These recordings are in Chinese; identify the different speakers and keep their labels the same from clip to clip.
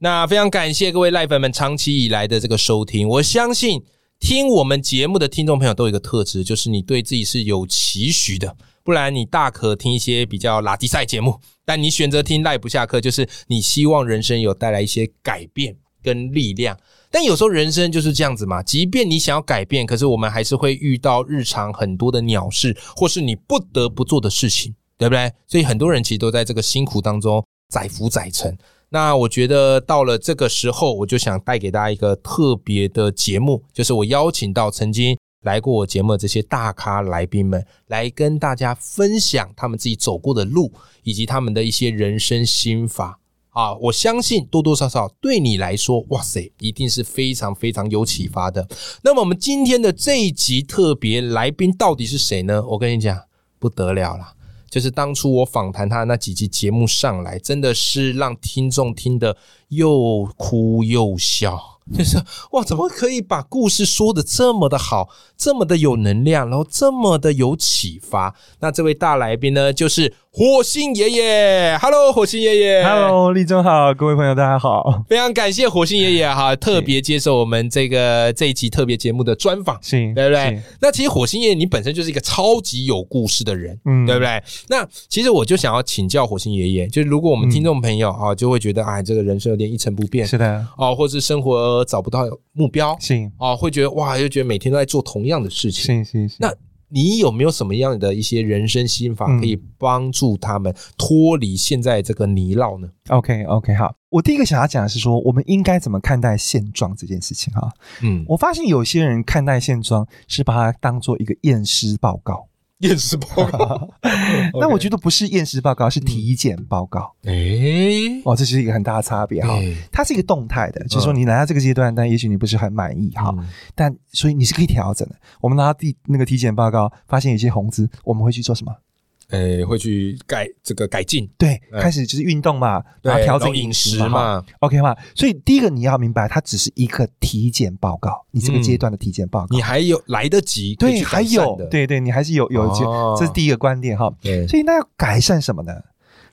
Speaker 1: 那非常感谢各位赖粉们长期以来的这个收听。我相信听我们节目的听众朋友都有一个特质，就是你对自己是有期许的，不然你大可听一些比较垃圾赛节目，但你选择听赖不下课，就是你希望人生有带来一些改变跟力量。但有时候人生就是这样子嘛，即便你想要改变，可是我们还是会遇到日常很多的鸟事，或是你不得不做的事情，对不对？所以很多人其实都在这个辛苦当中载浮载沉。那我觉得到了这个时候，我就想带给大家一个特别的节目，就是我邀请到曾经来过我节目的这些大咖来宾们，来跟大家分享他们自己走过的路，以及他们的一些人生心法。啊，我相信多多少少对你来说，哇塞，一定是非常非常有启发的。那么我们今天的这一集特别来宾到底是谁呢？我跟你讲，不得了啦！就是当初我访谈他的那几集节目上来，真的是让听众听得又哭又笑，就是哇，怎么可以把故事说的这么的好，这么的有能量，然后这么的有启发？那这位大来宾呢，就是火星爷爷。Hello，火星爷爷。
Speaker 2: Hello，立正好，各位朋友大家好。
Speaker 1: 非常感谢火星爷
Speaker 2: 哎
Speaker 1: 爷哈，特别接受我们这个这一期特别节目的专访，
Speaker 2: 是，
Speaker 1: 对不对
Speaker 2: 嗯是？？
Speaker 1: 那其实火星爷爷你本身就是一个超级有故事的人，
Speaker 2: 嗯
Speaker 1: 对不对？那其实我就想要请教火星爷爷，就是如果我们听众朋友啊，就会觉得哎，这个人生有点一成不变
Speaker 2: 嗯是的，
Speaker 1: 哦，或是生活找不到目标
Speaker 2: 是，
Speaker 1: 哦，会觉得哇，又觉得每天都在做同样的事情。
Speaker 2: 是，是，是。
Speaker 1: 那你有没有什么样的一些人生心法
Speaker 2: 嗯
Speaker 1: 可以帮助他们脱离现在这个泥淖呢？
Speaker 2: OK，OK，、好。我第一个想要讲的是说，我们应该怎么看待现状这件事情哈。
Speaker 1: 嗯，
Speaker 2: 我发现有些人看待现状是把它当做一个验尸报告，
Speaker 1: 厌世 报告。
Speaker 2: 那我觉得不是验尸报告，是体检报告。
Speaker 1: 诶，
Speaker 2: 哦，这是一个很大的差别哈。
Speaker 1: 对
Speaker 2: 它是一个动态的，就是说你来到这个阶段，但也许你不是很满意哈，
Speaker 1: 嗯
Speaker 2: 但所以你是可以调整的。我们拿到第那个体检报告，发现有些红字，我们会去做什么？
Speaker 1: 诶，哎会去改这个改进，
Speaker 2: 对，
Speaker 1: 嗯
Speaker 2: 开始就是运动嘛，然后
Speaker 1: 对
Speaker 2: 调
Speaker 1: 然
Speaker 2: 整
Speaker 1: 后饮
Speaker 2: 食
Speaker 1: 食
Speaker 2: 嘛
Speaker 1: 嘛。
Speaker 2: ，OK 嘛。所以第一个你要明白，它只是一个体检报告，你这个阶段的体检报
Speaker 1: 嗯
Speaker 2: 告，
Speaker 1: 你还有来得及，可以
Speaker 2: 对，
Speaker 1: 去
Speaker 2: 还
Speaker 1: 改
Speaker 2: 有
Speaker 1: 善的，哎
Speaker 2: 对对，你还是有有机
Speaker 1: 哦，
Speaker 2: 这是第一个观点哈。
Speaker 1: 对
Speaker 2: 所以那要改善什么呢？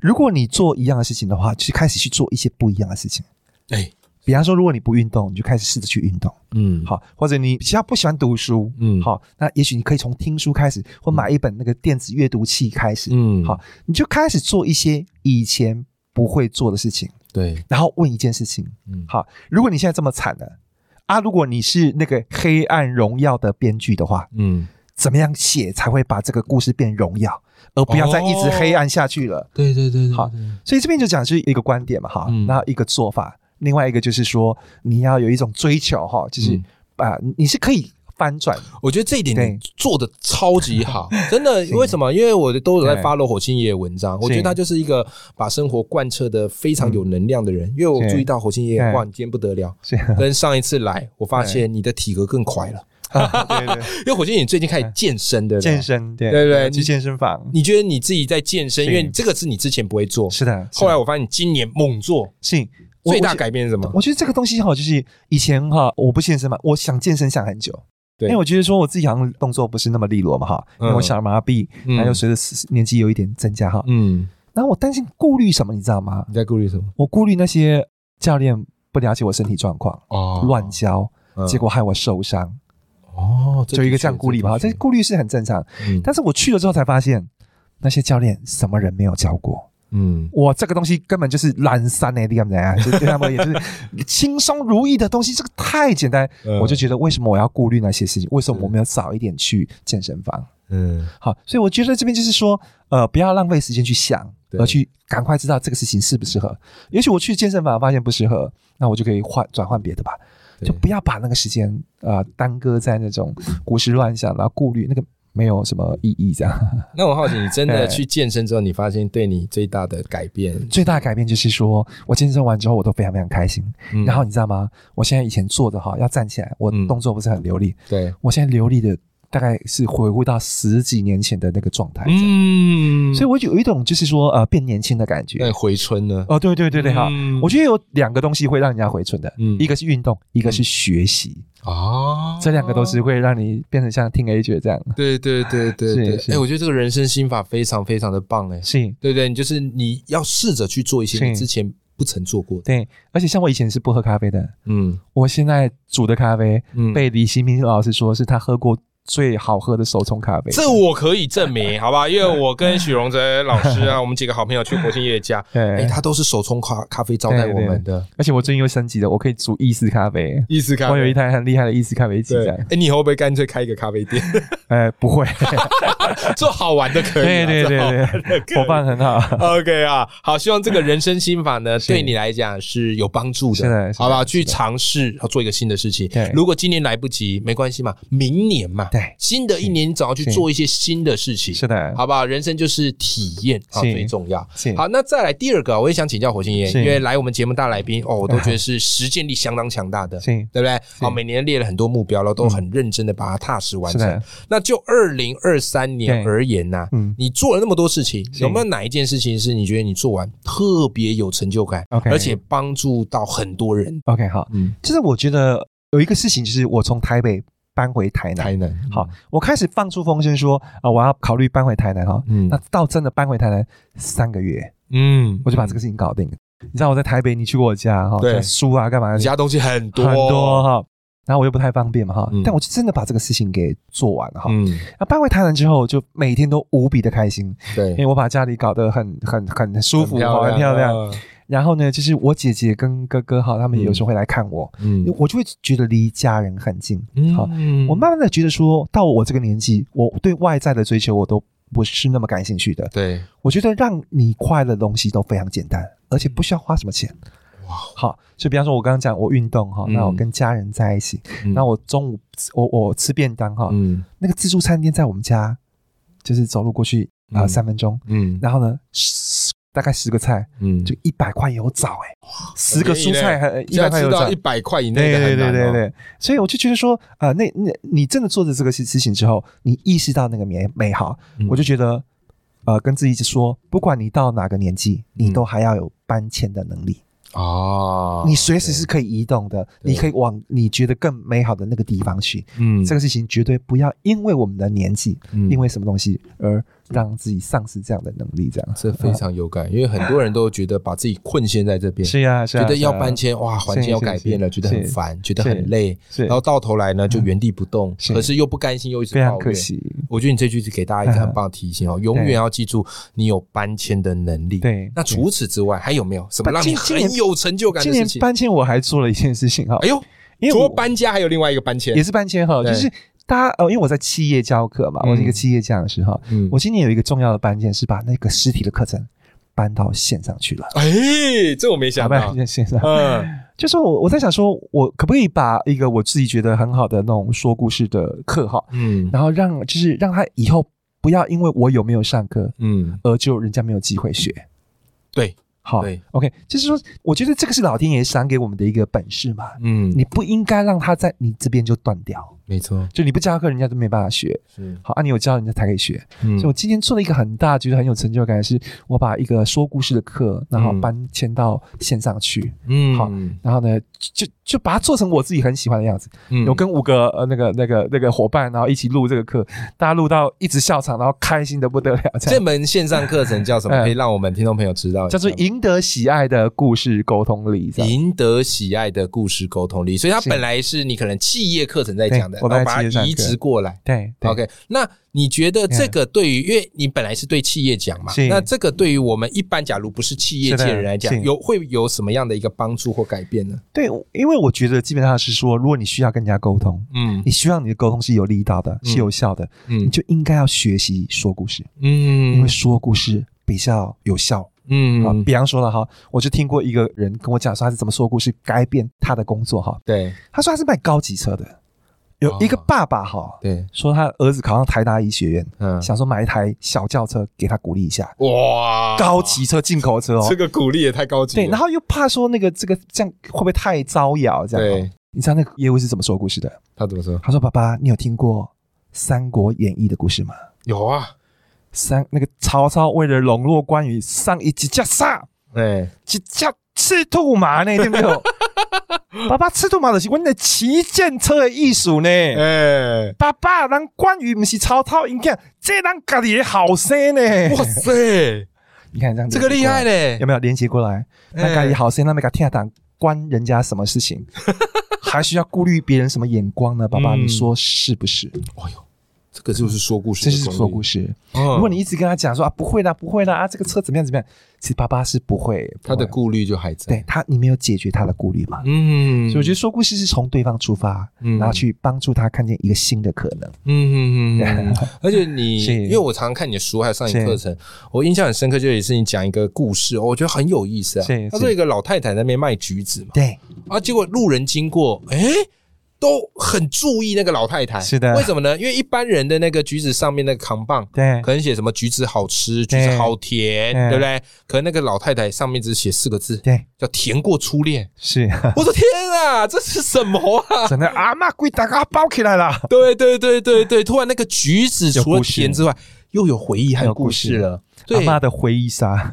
Speaker 2: 如果你做一样的事情的话，就是开始去做一些不一样的事情。
Speaker 1: 哎，
Speaker 2: 比方说，如果你不运动，你就开始试着去运动，
Speaker 1: 嗯，
Speaker 2: 好，或者你比较不喜欢读书，
Speaker 1: 嗯
Speaker 2: 好，那也许你可以从听书开始，或买一本那个电子阅读器开始，
Speaker 1: 嗯，
Speaker 2: 好，你就开始做一些以前不会做的事情，
Speaker 1: 对，
Speaker 2: 然后问一件事情。
Speaker 1: 嗯，
Speaker 2: 好，如果你现在这么惨了啊，如果你是那个《黑暗荣耀》的编剧的话，
Speaker 1: 嗯，
Speaker 2: 怎么样写才会把这个故事变荣耀，而不要再一直黑暗下去了？
Speaker 1: 对对对对，
Speaker 2: 好
Speaker 1: 对，
Speaker 2: 所以这边就讲是一个观点嘛，哈
Speaker 1: 哦嗯，
Speaker 2: 然后一个做法，另外一个就是说你要有一种追求，哈，就是
Speaker 1: 嗯
Speaker 2: 啊、你是可以翻 转的，
Speaker 1: 我觉得这一点
Speaker 2: 对
Speaker 1: 你做的超级 好，真的。为什么？因为我都有在
Speaker 2: 对
Speaker 1: follow 火星爷的文章，我觉得他就是一个把生活贯彻的非常有能量的人。因为我
Speaker 2: 是
Speaker 1: 注意到火星爷，
Speaker 2: 对
Speaker 1: 哇，你今天不得了，
Speaker 2: 这 样，
Speaker 1: 跟上一次来，我发现你的体格更快了。
Speaker 2: 啊对对，
Speaker 1: 因为火星爷你最近开始健身，对不对？
Speaker 2: 健身，对
Speaker 1: 对对
Speaker 2: 去健身房，
Speaker 1: 你觉得你自己在健身，
Speaker 2: 是
Speaker 1: 因为这个是你之前不会做，
Speaker 2: 是的，
Speaker 1: 后来我发现你今年猛做，
Speaker 2: 是
Speaker 1: 最大。改变是什么？
Speaker 2: 我觉得这个东西哈，就是以前哈，我不健身嘛，我想健身想很久，
Speaker 1: 对
Speaker 2: 因为我觉得说我自己好像动作不是那么利落嘛哈，
Speaker 1: 嗯
Speaker 2: 因为我小儿麻痹，
Speaker 1: 嗯
Speaker 2: 还有随着时年纪有一点增加哈，
Speaker 1: 嗯，
Speaker 2: 然后我担心顾虑什么，你知道吗？
Speaker 1: 你在顾虑什么？
Speaker 2: 我顾虑那些教练不了解我身体状况，
Speaker 1: 哦
Speaker 2: 乱教，
Speaker 1: 嗯
Speaker 2: 结果害我受伤，
Speaker 1: 哦，
Speaker 2: 就一个这样顾虑嘛哈，这顾虑是很正常，
Speaker 1: 嗯
Speaker 2: 但是我去了之后才发现，那些教练什么人没有教过。
Speaker 1: 嗯
Speaker 2: 我这个东西根本就是懒散欸的，你干嘛呀？ 就对他们而言，就是轻松如意的东西，这个太简单。
Speaker 1: 嗯
Speaker 2: 我就觉得，为什么我要顾虑那些事情？为什么我没有早一点去健身房？
Speaker 1: 嗯
Speaker 2: 好，所以我觉得这边就是说，呃，不要浪费时间去想，
Speaker 1: 对
Speaker 2: 而去赶快知道这个事情适不适合。也许我去健身房发现不适合，那我就可以换转换别的吧。
Speaker 1: 对
Speaker 2: 就不要把那个时间啊、呃、耽搁在那种胡思乱想，然后顾虑那个没有什么意义这样。
Speaker 1: 那我好奇，你真的
Speaker 2: 哎
Speaker 1: 去健身之后，你发现对你最大的改变，
Speaker 2: 最大的改变就是说，我健身完之后我都非常非常开心。
Speaker 1: 嗯
Speaker 2: 然后你知道吗？我现在以前坐着哈要站起来，我
Speaker 1: 嗯
Speaker 2: 动作不是很流利，
Speaker 1: 对，
Speaker 2: 我现在流利的大概是回顾到十几年前的那个状态这样。
Speaker 1: 嗯，
Speaker 2: 所以我就有一种就是说呃变年轻的感
Speaker 1: 那
Speaker 2: 觉
Speaker 1: 你。回春呢？
Speaker 2: 哦，对对对对哈，
Speaker 1: 嗯
Speaker 2: 我觉得有两个东西会让人家回春的，
Speaker 1: 嗯
Speaker 2: 一个是运动，一个是学习，
Speaker 1: 哦，
Speaker 2: 这两个都是会让你变成像听 A 觉这样。
Speaker 1: 对对对对
Speaker 2: 是
Speaker 1: 对，
Speaker 2: 是
Speaker 1: 哎、我觉得这个人生心法非常非常的棒哎，
Speaker 2: 是，
Speaker 1: 对不对？你就是你要试着去做一些
Speaker 2: 是
Speaker 1: 你之前不曾做过的，
Speaker 2: 对，而且像我以前是不喝咖啡的，
Speaker 1: 嗯
Speaker 2: 我现在煮的咖啡
Speaker 1: 嗯，
Speaker 2: 被李新民老师说是他喝过最好喝的手冲咖啡。
Speaker 1: 这我可以证 明，好吧？因为我跟许荣哲老师啊，我们几个好朋友去国庆夜 家，哎、
Speaker 2: 对，
Speaker 1: 他都是手冲咖咖啡招待我们的
Speaker 2: 而且我最近又升级了，我可以煮意式咖啡。
Speaker 1: 意式咖啡。
Speaker 2: 我有一台很厉害的意式咖啡机
Speaker 1: 对，
Speaker 2: 在
Speaker 1: 哎、，你以后会不会干脆开一个咖啡店，
Speaker 2: 哎，不会，
Speaker 1: 做好玩的可以、
Speaker 2: 对
Speaker 1: 啊，
Speaker 2: 对
Speaker 1: 做好玩的
Speaker 2: 对
Speaker 1: 可以
Speaker 2: 对，伙伴很好，
Speaker 1: OK 啊，好，希望这个人生心法呢，对你来讲是有帮助的，
Speaker 2: 是的是的
Speaker 1: 好不好？去尝试要做一个新的事情
Speaker 2: 对。
Speaker 1: 如果今年来不及，没关系嘛，明年嘛，
Speaker 2: 对
Speaker 1: 新的一年你总要去
Speaker 2: 是
Speaker 1: 做一些新的事情，
Speaker 2: 是的，
Speaker 1: 好不好？人生就是体验啊，
Speaker 2: 是
Speaker 1: 最重要。
Speaker 2: 是
Speaker 1: 好，那再来第二个，我也想请教火星爷，
Speaker 2: 是
Speaker 1: 因为来我们节目大来宾 哦，我都觉得是实践力相当强大的，
Speaker 2: 是嗯
Speaker 1: 对不对？好，每年列了很多目标，然后都很认真的把它踏实完
Speaker 2: 是
Speaker 1: 成
Speaker 2: 的。
Speaker 1: 那就二零二三年
Speaker 2: 对
Speaker 1: 而言呐、
Speaker 2: 嗯
Speaker 1: 你做了那么多事情，
Speaker 2: 是
Speaker 1: 有没有哪一件事情是你觉得你做完特别有成就感
Speaker 2: OK
Speaker 1: 而且帮助到很多人？
Speaker 2: ，OK，好，
Speaker 1: 嗯，
Speaker 2: 就是我觉得有一个事情，就是我从台北搬回台南，
Speaker 1: 南
Speaker 2: 好，，我开始放出风声说啊、我要考虑搬回台南哈、
Speaker 1: 嗯
Speaker 2: 那到真的搬回台南三个月，
Speaker 1: 嗯，
Speaker 2: 我就把这个事情搞定了。你知道我在台北，你去过我家哈，
Speaker 1: 对
Speaker 2: 在书啊干嘛的，
Speaker 1: 你家东西很多
Speaker 2: 很多，哈。然后我又不太方便嘛哈，
Speaker 1: 嗯
Speaker 2: 但我就真的把这个事情给做完了哈。
Speaker 1: 嗯，
Speaker 2: 那搬回台南之后，就每天都无比的开心，因
Speaker 1: 对，
Speaker 2: 为我把家里搞得很很很 舒服，哈很漂
Speaker 1: 嗯
Speaker 2: 亮。，然后呢，就是我姐姐跟哥哥哈，他们有时候会来看我，
Speaker 1: 嗯
Speaker 2: 我就会觉得离家人很近。
Speaker 1: 嗯，
Speaker 2: 好，我慢慢的觉得说，到我这个年纪，我对外在的追求我都不是那么感兴趣的。
Speaker 1: 对，
Speaker 2: 我觉得让你快乐的东西都非常简单，而且不需要花什么钱。
Speaker 1: 嗯哇
Speaker 2: 好，所以比方说，我刚刚讲我运动哈，
Speaker 1: 嗯
Speaker 2: 那我跟家人在一起，
Speaker 1: 嗯
Speaker 2: 那我中午我我吃便当哈，
Speaker 1: 嗯
Speaker 2: 那个自助餐店在我们家，就是走路过去啊
Speaker 1: 嗯
Speaker 2: 三分钟，
Speaker 1: 嗯
Speaker 2: 然后呢十大概十个菜
Speaker 1: 嗯，
Speaker 2: 就一百块有找哎，十个
Speaker 1: 很便宜
Speaker 2: 蔬菜
Speaker 1: 嘞
Speaker 2: 还呃一
Speaker 1: 现在
Speaker 2: 百块有
Speaker 1: 吃
Speaker 2: 找
Speaker 1: 到一，百块以内
Speaker 2: 对
Speaker 1: 的
Speaker 2: 对
Speaker 1: 很
Speaker 2: 对
Speaker 1: 难
Speaker 2: 对
Speaker 1: 哦，
Speaker 2: 对，所以我就觉得说，呃，那那你真的做着这个事事情之后，你意识到那个美美好，
Speaker 1: 嗯
Speaker 2: 我就觉得，呃，跟自己一直说，不管你到哪个年纪，你都还要有搬迁的能力，
Speaker 1: 嗯哦，
Speaker 2: 你随时是可以移动的，
Speaker 1: 对
Speaker 2: 你可以往你觉得更美好的那个地方去。
Speaker 1: 嗯
Speaker 2: 这个事情绝对不要因为我们的年纪，
Speaker 1: 嗯
Speaker 2: 因为什么东西而让自己丧失这样的能力，这样
Speaker 1: 这非常有感，因为很多人都觉得把自己困陷在这边，
Speaker 2: 嗯是呀、是啊，
Speaker 1: 觉得
Speaker 2: 是
Speaker 1: 要
Speaker 2: 啊
Speaker 1: 搬迁，哇，环境
Speaker 2: 是
Speaker 1: 要
Speaker 2: 是
Speaker 1: 改变了，
Speaker 2: 是
Speaker 1: 觉得很
Speaker 2: 是
Speaker 1: 烦，觉得
Speaker 2: 是
Speaker 1: 很累，
Speaker 2: 是
Speaker 1: 然后到头来呢，就原地不动，
Speaker 2: 是
Speaker 1: 可是又不甘心，又一直
Speaker 2: 非常
Speaker 1: 抱
Speaker 2: 可
Speaker 1: 怨。
Speaker 2: 惜，嗯
Speaker 1: 我觉得你这句是给大家一个很棒的提醒哦，永远要记住你有搬迁的能力。
Speaker 2: 对
Speaker 1: 那除此之外还有没有什么让你
Speaker 2: 今今年
Speaker 1: 很有成就感
Speaker 2: 今
Speaker 1: 的
Speaker 2: 年
Speaker 1: 事情？
Speaker 2: 搬迁我还做了一件事情哈，
Speaker 1: 哎呦，
Speaker 2: 因为
Speaker 1: 除了
Speaker 2: 我
Speaker 1: 搬家，还有另外一个搬迁
Speaker 2: 也，是搬迁哈，
Speaker 1: 对
Speaker 2: 就是大家呃，因为我在企业教课嘛，
Speaker 1: 嗯
Speaker 2: 我是一个企业讲师哈。
Speaker 1: 嗯
Speaker 2: 我今年有一个重要的搬迁是把那个实体的课程搬到线上去了，
Speaker 1: 哎，这我没想
Speaker 2: 搬到
Speaker 1: 到。
Speaker 2: 线上。
Speaker 1: 嗯
Speaker 2: 就是我我在想说，我可不可以把一个我自己觉得很好的那种说故事的课哈，
Speaker 1: 嗯
Speaker 2: 然后让就是让他以后不要因为我有没有上课
Speaker 1: 嗯，
Speaker 2: 而就人家没有机会学。
Speaker 1: 对，
Speaker 2: 好
Speaker 1: 对
Speaker 2: ，OK，就是说，我觉得这个是老天爷赏给我们的一个本事嘛，
Speaker 1: 嗯，
Speaker 2: 你不应该让他在你这边就断掉，
Speaker 1: 没错，
Speaker 2: 就你不教课，人家都没办法学。
Speaker 1: 是，
Speaker 2: 好，啊，你有教人家才可以学。
Speaker 1: 嗯
Speaker 2: 所以我今天做了一个很大，觉得很有成就感的是，我把一个说故事的课，然后
Speaker 1: 嗯
Speaker 2: 搬迁到线上去，
Speaker 1: 嗯
Speaker 2: 好然后呢，就就就把它做成我自己很喜欢的样子。
Speaker 1: 嗯
Speaker 2: 有跟五个呃那个那个那个伙伴，然后一起录这个课，大家录到一直笑场，然后开心的不得了，这
Speaker 1: 这
Speaker 2: 样
Speaker 1: 门线上课程叫 什么？
Speaker 2: 嗯
Speaker 1: 可以让我们听众朋友知道一下
Speaker 2: 叫
Speaker 1: 吗，
Speaker 2: 做赢得喜爱的故事沟通力。这样
Speaker 1: 赢得喜爱的故事沟通力，所以它
Speaker 2: 是
Speaker 1: 本来是你可能企业课程在讲的，
Speaker 2: 对我
Speaker 1: 然后
Speaker 2: 本来
Speaker 1: 把
Speaker 2: 企
Speaker 1: 它
Speaker 2: 业上
Speaker 1: 移
Speaker 2: 课
Speaker 1: 植过来。
Speaker 2: 对对
Speaker 1: OK，那你觉得这个对于，因为你本来是对企业讲嘛，
Speaker 2: 是
Speaker 1: 那这个对于我们一般假如不是企业界的人来
Speaker 2: 是
Speaker 1: 讲，
Speaker 2: 的
Speaker 1: 有会有什么样的一个帮助或改变呢？
Speaker 2: 对，因为我觉得基本上是说，如果你需要跟人家沟通，
Speaker 1: 嗯
Speaker 2: 你希望你的沟通是有力道的，是有效的，你
Speaker 1: 嗯
Speaker 2: 就应该要学习说故事。因为
Speaker 1: 嗯
Speaker 2: 说故事比较有效。啊，
Speaker 1: 嗯，
Speaker 2: 比方说了哈，我就听过一个人跟我讲说他是怎么说故事改变他的工作哈。
Speaker 1: 对，
Speaker 2: 他说他是卖高级车的，
Speaker 1: 哦
Speaker 2: 有一个爸爸哈，
Speaker 1: 对，
Speaker 2: 说他儿子考上台大医学院，
Speaker 1: 嗯，
Speaker 2: 想说买一台小轿车给他鼓励一下，
Speaker 1: 哇，
Speaker 2: 高级车、进口车哦
Speaker 1: 哦这。个鼓励也太高级了。
Speaker 2: 对，然后又怕说那个这个这样会不会太招摇？这样哦，
Speaker 1: 对
Speaker 2: 你知道那个业务是怎么说故事的？
Speaker 1: 他怎么说？
Speaker 2: 他说：“爸爸，你有听过《三国演义》的故事吗？
Speaker 1: 有啊，
Speaker 2: 三那个曹操为了笼络关羽，上一集架杀，
Speaker 1: 哎，
Speaker 2: 一架赤兔马呢，对不 对？爸爸，赤兔马就是阮的旗舰车的艺术呢。
Speaker 1: 哎，
Speaker 2: 爸爸，人关羽不是曹操，你看这人家己的后生呢。
Speaker 1: 哇 塞，
Speaker 2: 你看这样
Speaker 1: 这个厉害
Speaker 2: 嘞，
Speaker 1: 嘞
Speaker 2: 有！没有连接过来？
Speaker 1: 哎
Speaker 2: 那家里好生，那没给听党关人家什么事 情？还需要顾虑别人什么眼光呢？爸爸，
Speaker 1: 嗯
Speaker 2: 你说是不是？
Speaker 1: 哎呦，这个就是说故事
Speaker 2: 这
Speaker 1: 的
Speaker 2: 是
Speaker 1: 功力，
Speaker 2: 说故事。
Speaker 1: 嗯。
Speaker 2: 如果你一直跟他讲说啊，不会啦，不会啦，啊，这个车怎么样怎么样，其实爸爸是不会，不
Speaker 1: 他
Speaker 2: 会
Speaker 1: 的顾虑就还在，
Speaker 2: 对他，你没有解决他的顾虑嘛。
Speaker 1: 嗯，
Speaker 2: 所以我觉得说故事是从对方出发，
Speaker 1: 嗯
Speaker 2: 然后去帮助他看见一个新的可能。
Speaker 1: 嗯嗯嗯， 嗯而且你
Speaker 2: 是
Speaker 1: 因为我常常看你的书，还有上你
Speaker 2: 是
Speaker 1: 课程，我印象很深刻，就有一次你讲一个故事，哦我觉得很有意思啊
Speaker 2: 是。
Speaker 1: 他
Speaker 2: 是
Speaker 1: 说一个老太太在那边卖橘子嘛，
Speaker 2: 对，
Speaker 1: 啊，结果路人经过，哎。都很注意那个老太太，
Speaker 2: 是的
Speaker 1: 为什么呢？因为一般人的那个橘子上面那个扛棒，
Speaker 2: 对
Speaker 1: 可能写什么橘子好吃，橘
Speaker 2: 对
Speaker 1: 子好甜，
Speaker 2: 对
Speaker 1: 对不对？可能那个老太太上面只写四个字，
Speaker 2: 对，
Speaker 1: 叫甜过初恋。
Speaker 2: 是
Speaker 1: 我说天啊，这是什么啊？
Speaker 2: 真的阿妈鬼大家包起来了。
Speaker 1: 对对对对对，突然那个橘子
Speaker 2: 有
Speaker 1: 除了
Speaker 2: 故事
Speaker 1: 甜之外，又有回忆还有
Speaker 2: 有故
Speaker 1: 故事
Speaker 2: 事
Speaker 1: 了。
Speaker 2: 阿
Speaker 1: 对
Speaker 2: 妈的回忆杀，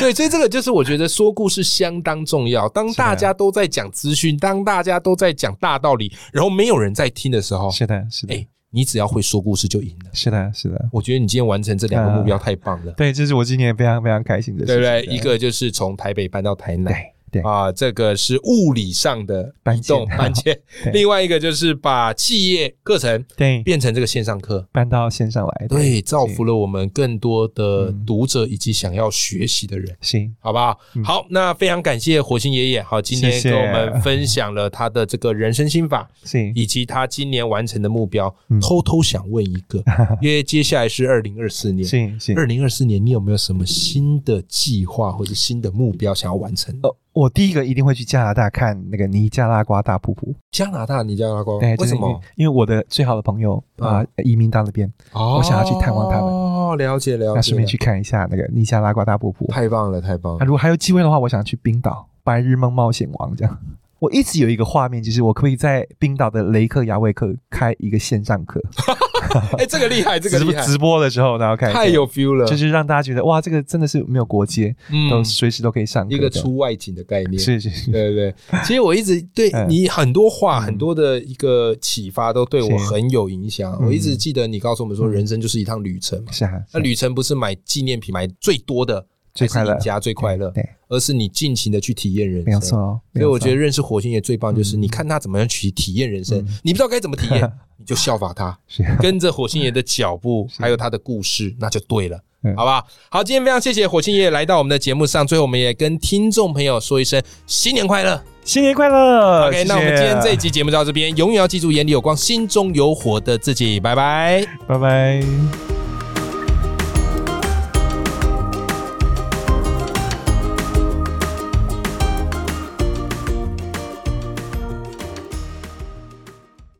Speaker 1: 对，所以这个就是我觉得说故事相当重要。当大家都在讲资讯，当大家都在讲大道理，然后没有人在听的时候，
Speaker 2: 是的，是的
Speaker 1: 哎，，你只要会说故事就赢了。
Speaker 2: 是的，是的。
Speaker 1: 我觉得你今天完成这两个目标太棒了，
Speaker 2: 对，这是我今年非常非常开心的事
Speaker 1: 对
Speaker 2: 情。
Speaker 1: 不对？一个就是从台北搬到台南，
Speaker 2: 对对
Speaker 1: 啊，这个是物理上的
Speaker 2: 搬
Speaker 1: 移动
Speaker 2: 迁
Speaker 1: 搬迁
Speaker 2: 对
Speaker 1: 另外一个就是把企业课程
Speaker 2: 对，
Speaker 1: 变成这个线上课，
Speaker 2: 搬到线上来。
Speaker 1: 对，造福了我们更多的
Speaker 2: 嗯
Speaker 1: 读者以及想要学习的人。
Speaker 2: 行，
Speaker 1: 好不好？
Speaker 2: 嗯
Speaker 1: 好，那非常感谢火星爷爷，好，今天
Speaker 2: 谢谢
Speaker 1: 跟我们分享了他的这个人生心法，
Speaker 2: 行，
Speaker 1: 以及他今年完成的目标。
Speaker 2: 嗯
Speaker 1: 偷偷想问一个， 因为接下来是二零二四年，
Speaker 2: 行，行。
Speaker 1: 二零二四年你有没有什么新的计划或者新的目标想要完成？
Speaker 2: 呃，我第一个一定会去加拿大看那个尼加拉瓜大瀑布。
Speaker 1: 加拿大，你加拿大
Speaker 2: 对，
Speaker 1: 哦为
Speaker 2: 就是
Speaker 1: 什
Speaker 2: 因为
Speaker 1: 么？？
Speaker 2: 因为我的最好的朋友
Speaker 1: 啊
Speaker 2: 啊、移民到那边，
Speaker 1: 哦
Speaker 2: 我想要去探望他们
Speaker 1: 哦，了解了解，
Speaker 2: 那顺便去看一下那个尼加拉瓜大瀑布。
Speaker 1: 太棒了，太棒
Speaker 2: 那
Speaker 1: 了！
Speaker 2: 如果还有机会的话，我想去冰岛《白日梦冒险王》这样。 我一直有一个画面，就是我可不可以在冰岛的雷克雅未克开一个线上课，
Speaker 1: 哎，这个厉害， 这个
Speaker 2: 直
Speaker 1: 厉
Speaker 2: 播
Speaker 1: 害，
Speaker 2: 直播的时候，然后开一个
Speaker 1: 太有 feel 了，
Speaker 2: 就是让大家觉得哇，这个真的是没有国界，都
Speaker 1: 嗯，
Speaker 2: 随时都可以上
Speaker 1: 一
Speaker 2: 课
Speaker 1: 个
Speaker 2: 这样
Speaker 1: 出外景的概念，
Speaker 2: 是是 是，
Speaker 1: 对对对，其实我一直对
Speaker 2: 嗯
Speaker 1: 你很多话、很多的一个启发都对我
Speaker 2: 是
Speaker 1: 很有影响。
Speaker 2: 嗯
Speaker 1: 我一直记得你告诉我们说，
Speaker 2: 嗯
Speaker 1: 人生就是一趟旅程嘛。
Speaker 2: 是啊，
Speaker 1: 那
Speaker 2: 是啊
Speaker 1: 旅程不是买纪念品买最多的，
Speaker 2: 最快乐
Speaker 1: 还是赢家最快乐，
Speaker 2: 对，
Speaker 1: 而是你尽情的去体验人
Speaker 2: 没有
Speaker 1: 生。
Speaker 2: 错
Speaker 1: 所
Speaker 2: 哦。
Speaker 1: 以
Speaker 2: 没有
Speaker 1: 我觉得
Speaker 2: 错
Speaker 1: 认识火星爷最棒，就是
Speaker 2: 嗯
Speaker 1: 你看他怎么样去体验人生
Speaker 2: 嗯，
Speaker 1: 你不知道该怎么体 验，你就效法他，
Speaker 2: 是啊
Speaker 1: 跟着火星爷的脚 步，还有他的故事，那就对了
Speaker 2: 嗯。
Speaker 1: 好不好？好，今天非常谢谢火星爷来到我们的节目上，最后我们也跟听众朋友说一声新年快乐。
Speaker 2: 新年快乐
Speaker 1: OK，
Speaker 2: 谢
Speaker 1: 那我们
Speaker 2: 谢
Speaker 1: 今天这一集节目就到这边，永远要记住眼里有光，心中有火的自己，拜拜。
Speaker 2: 拜拜。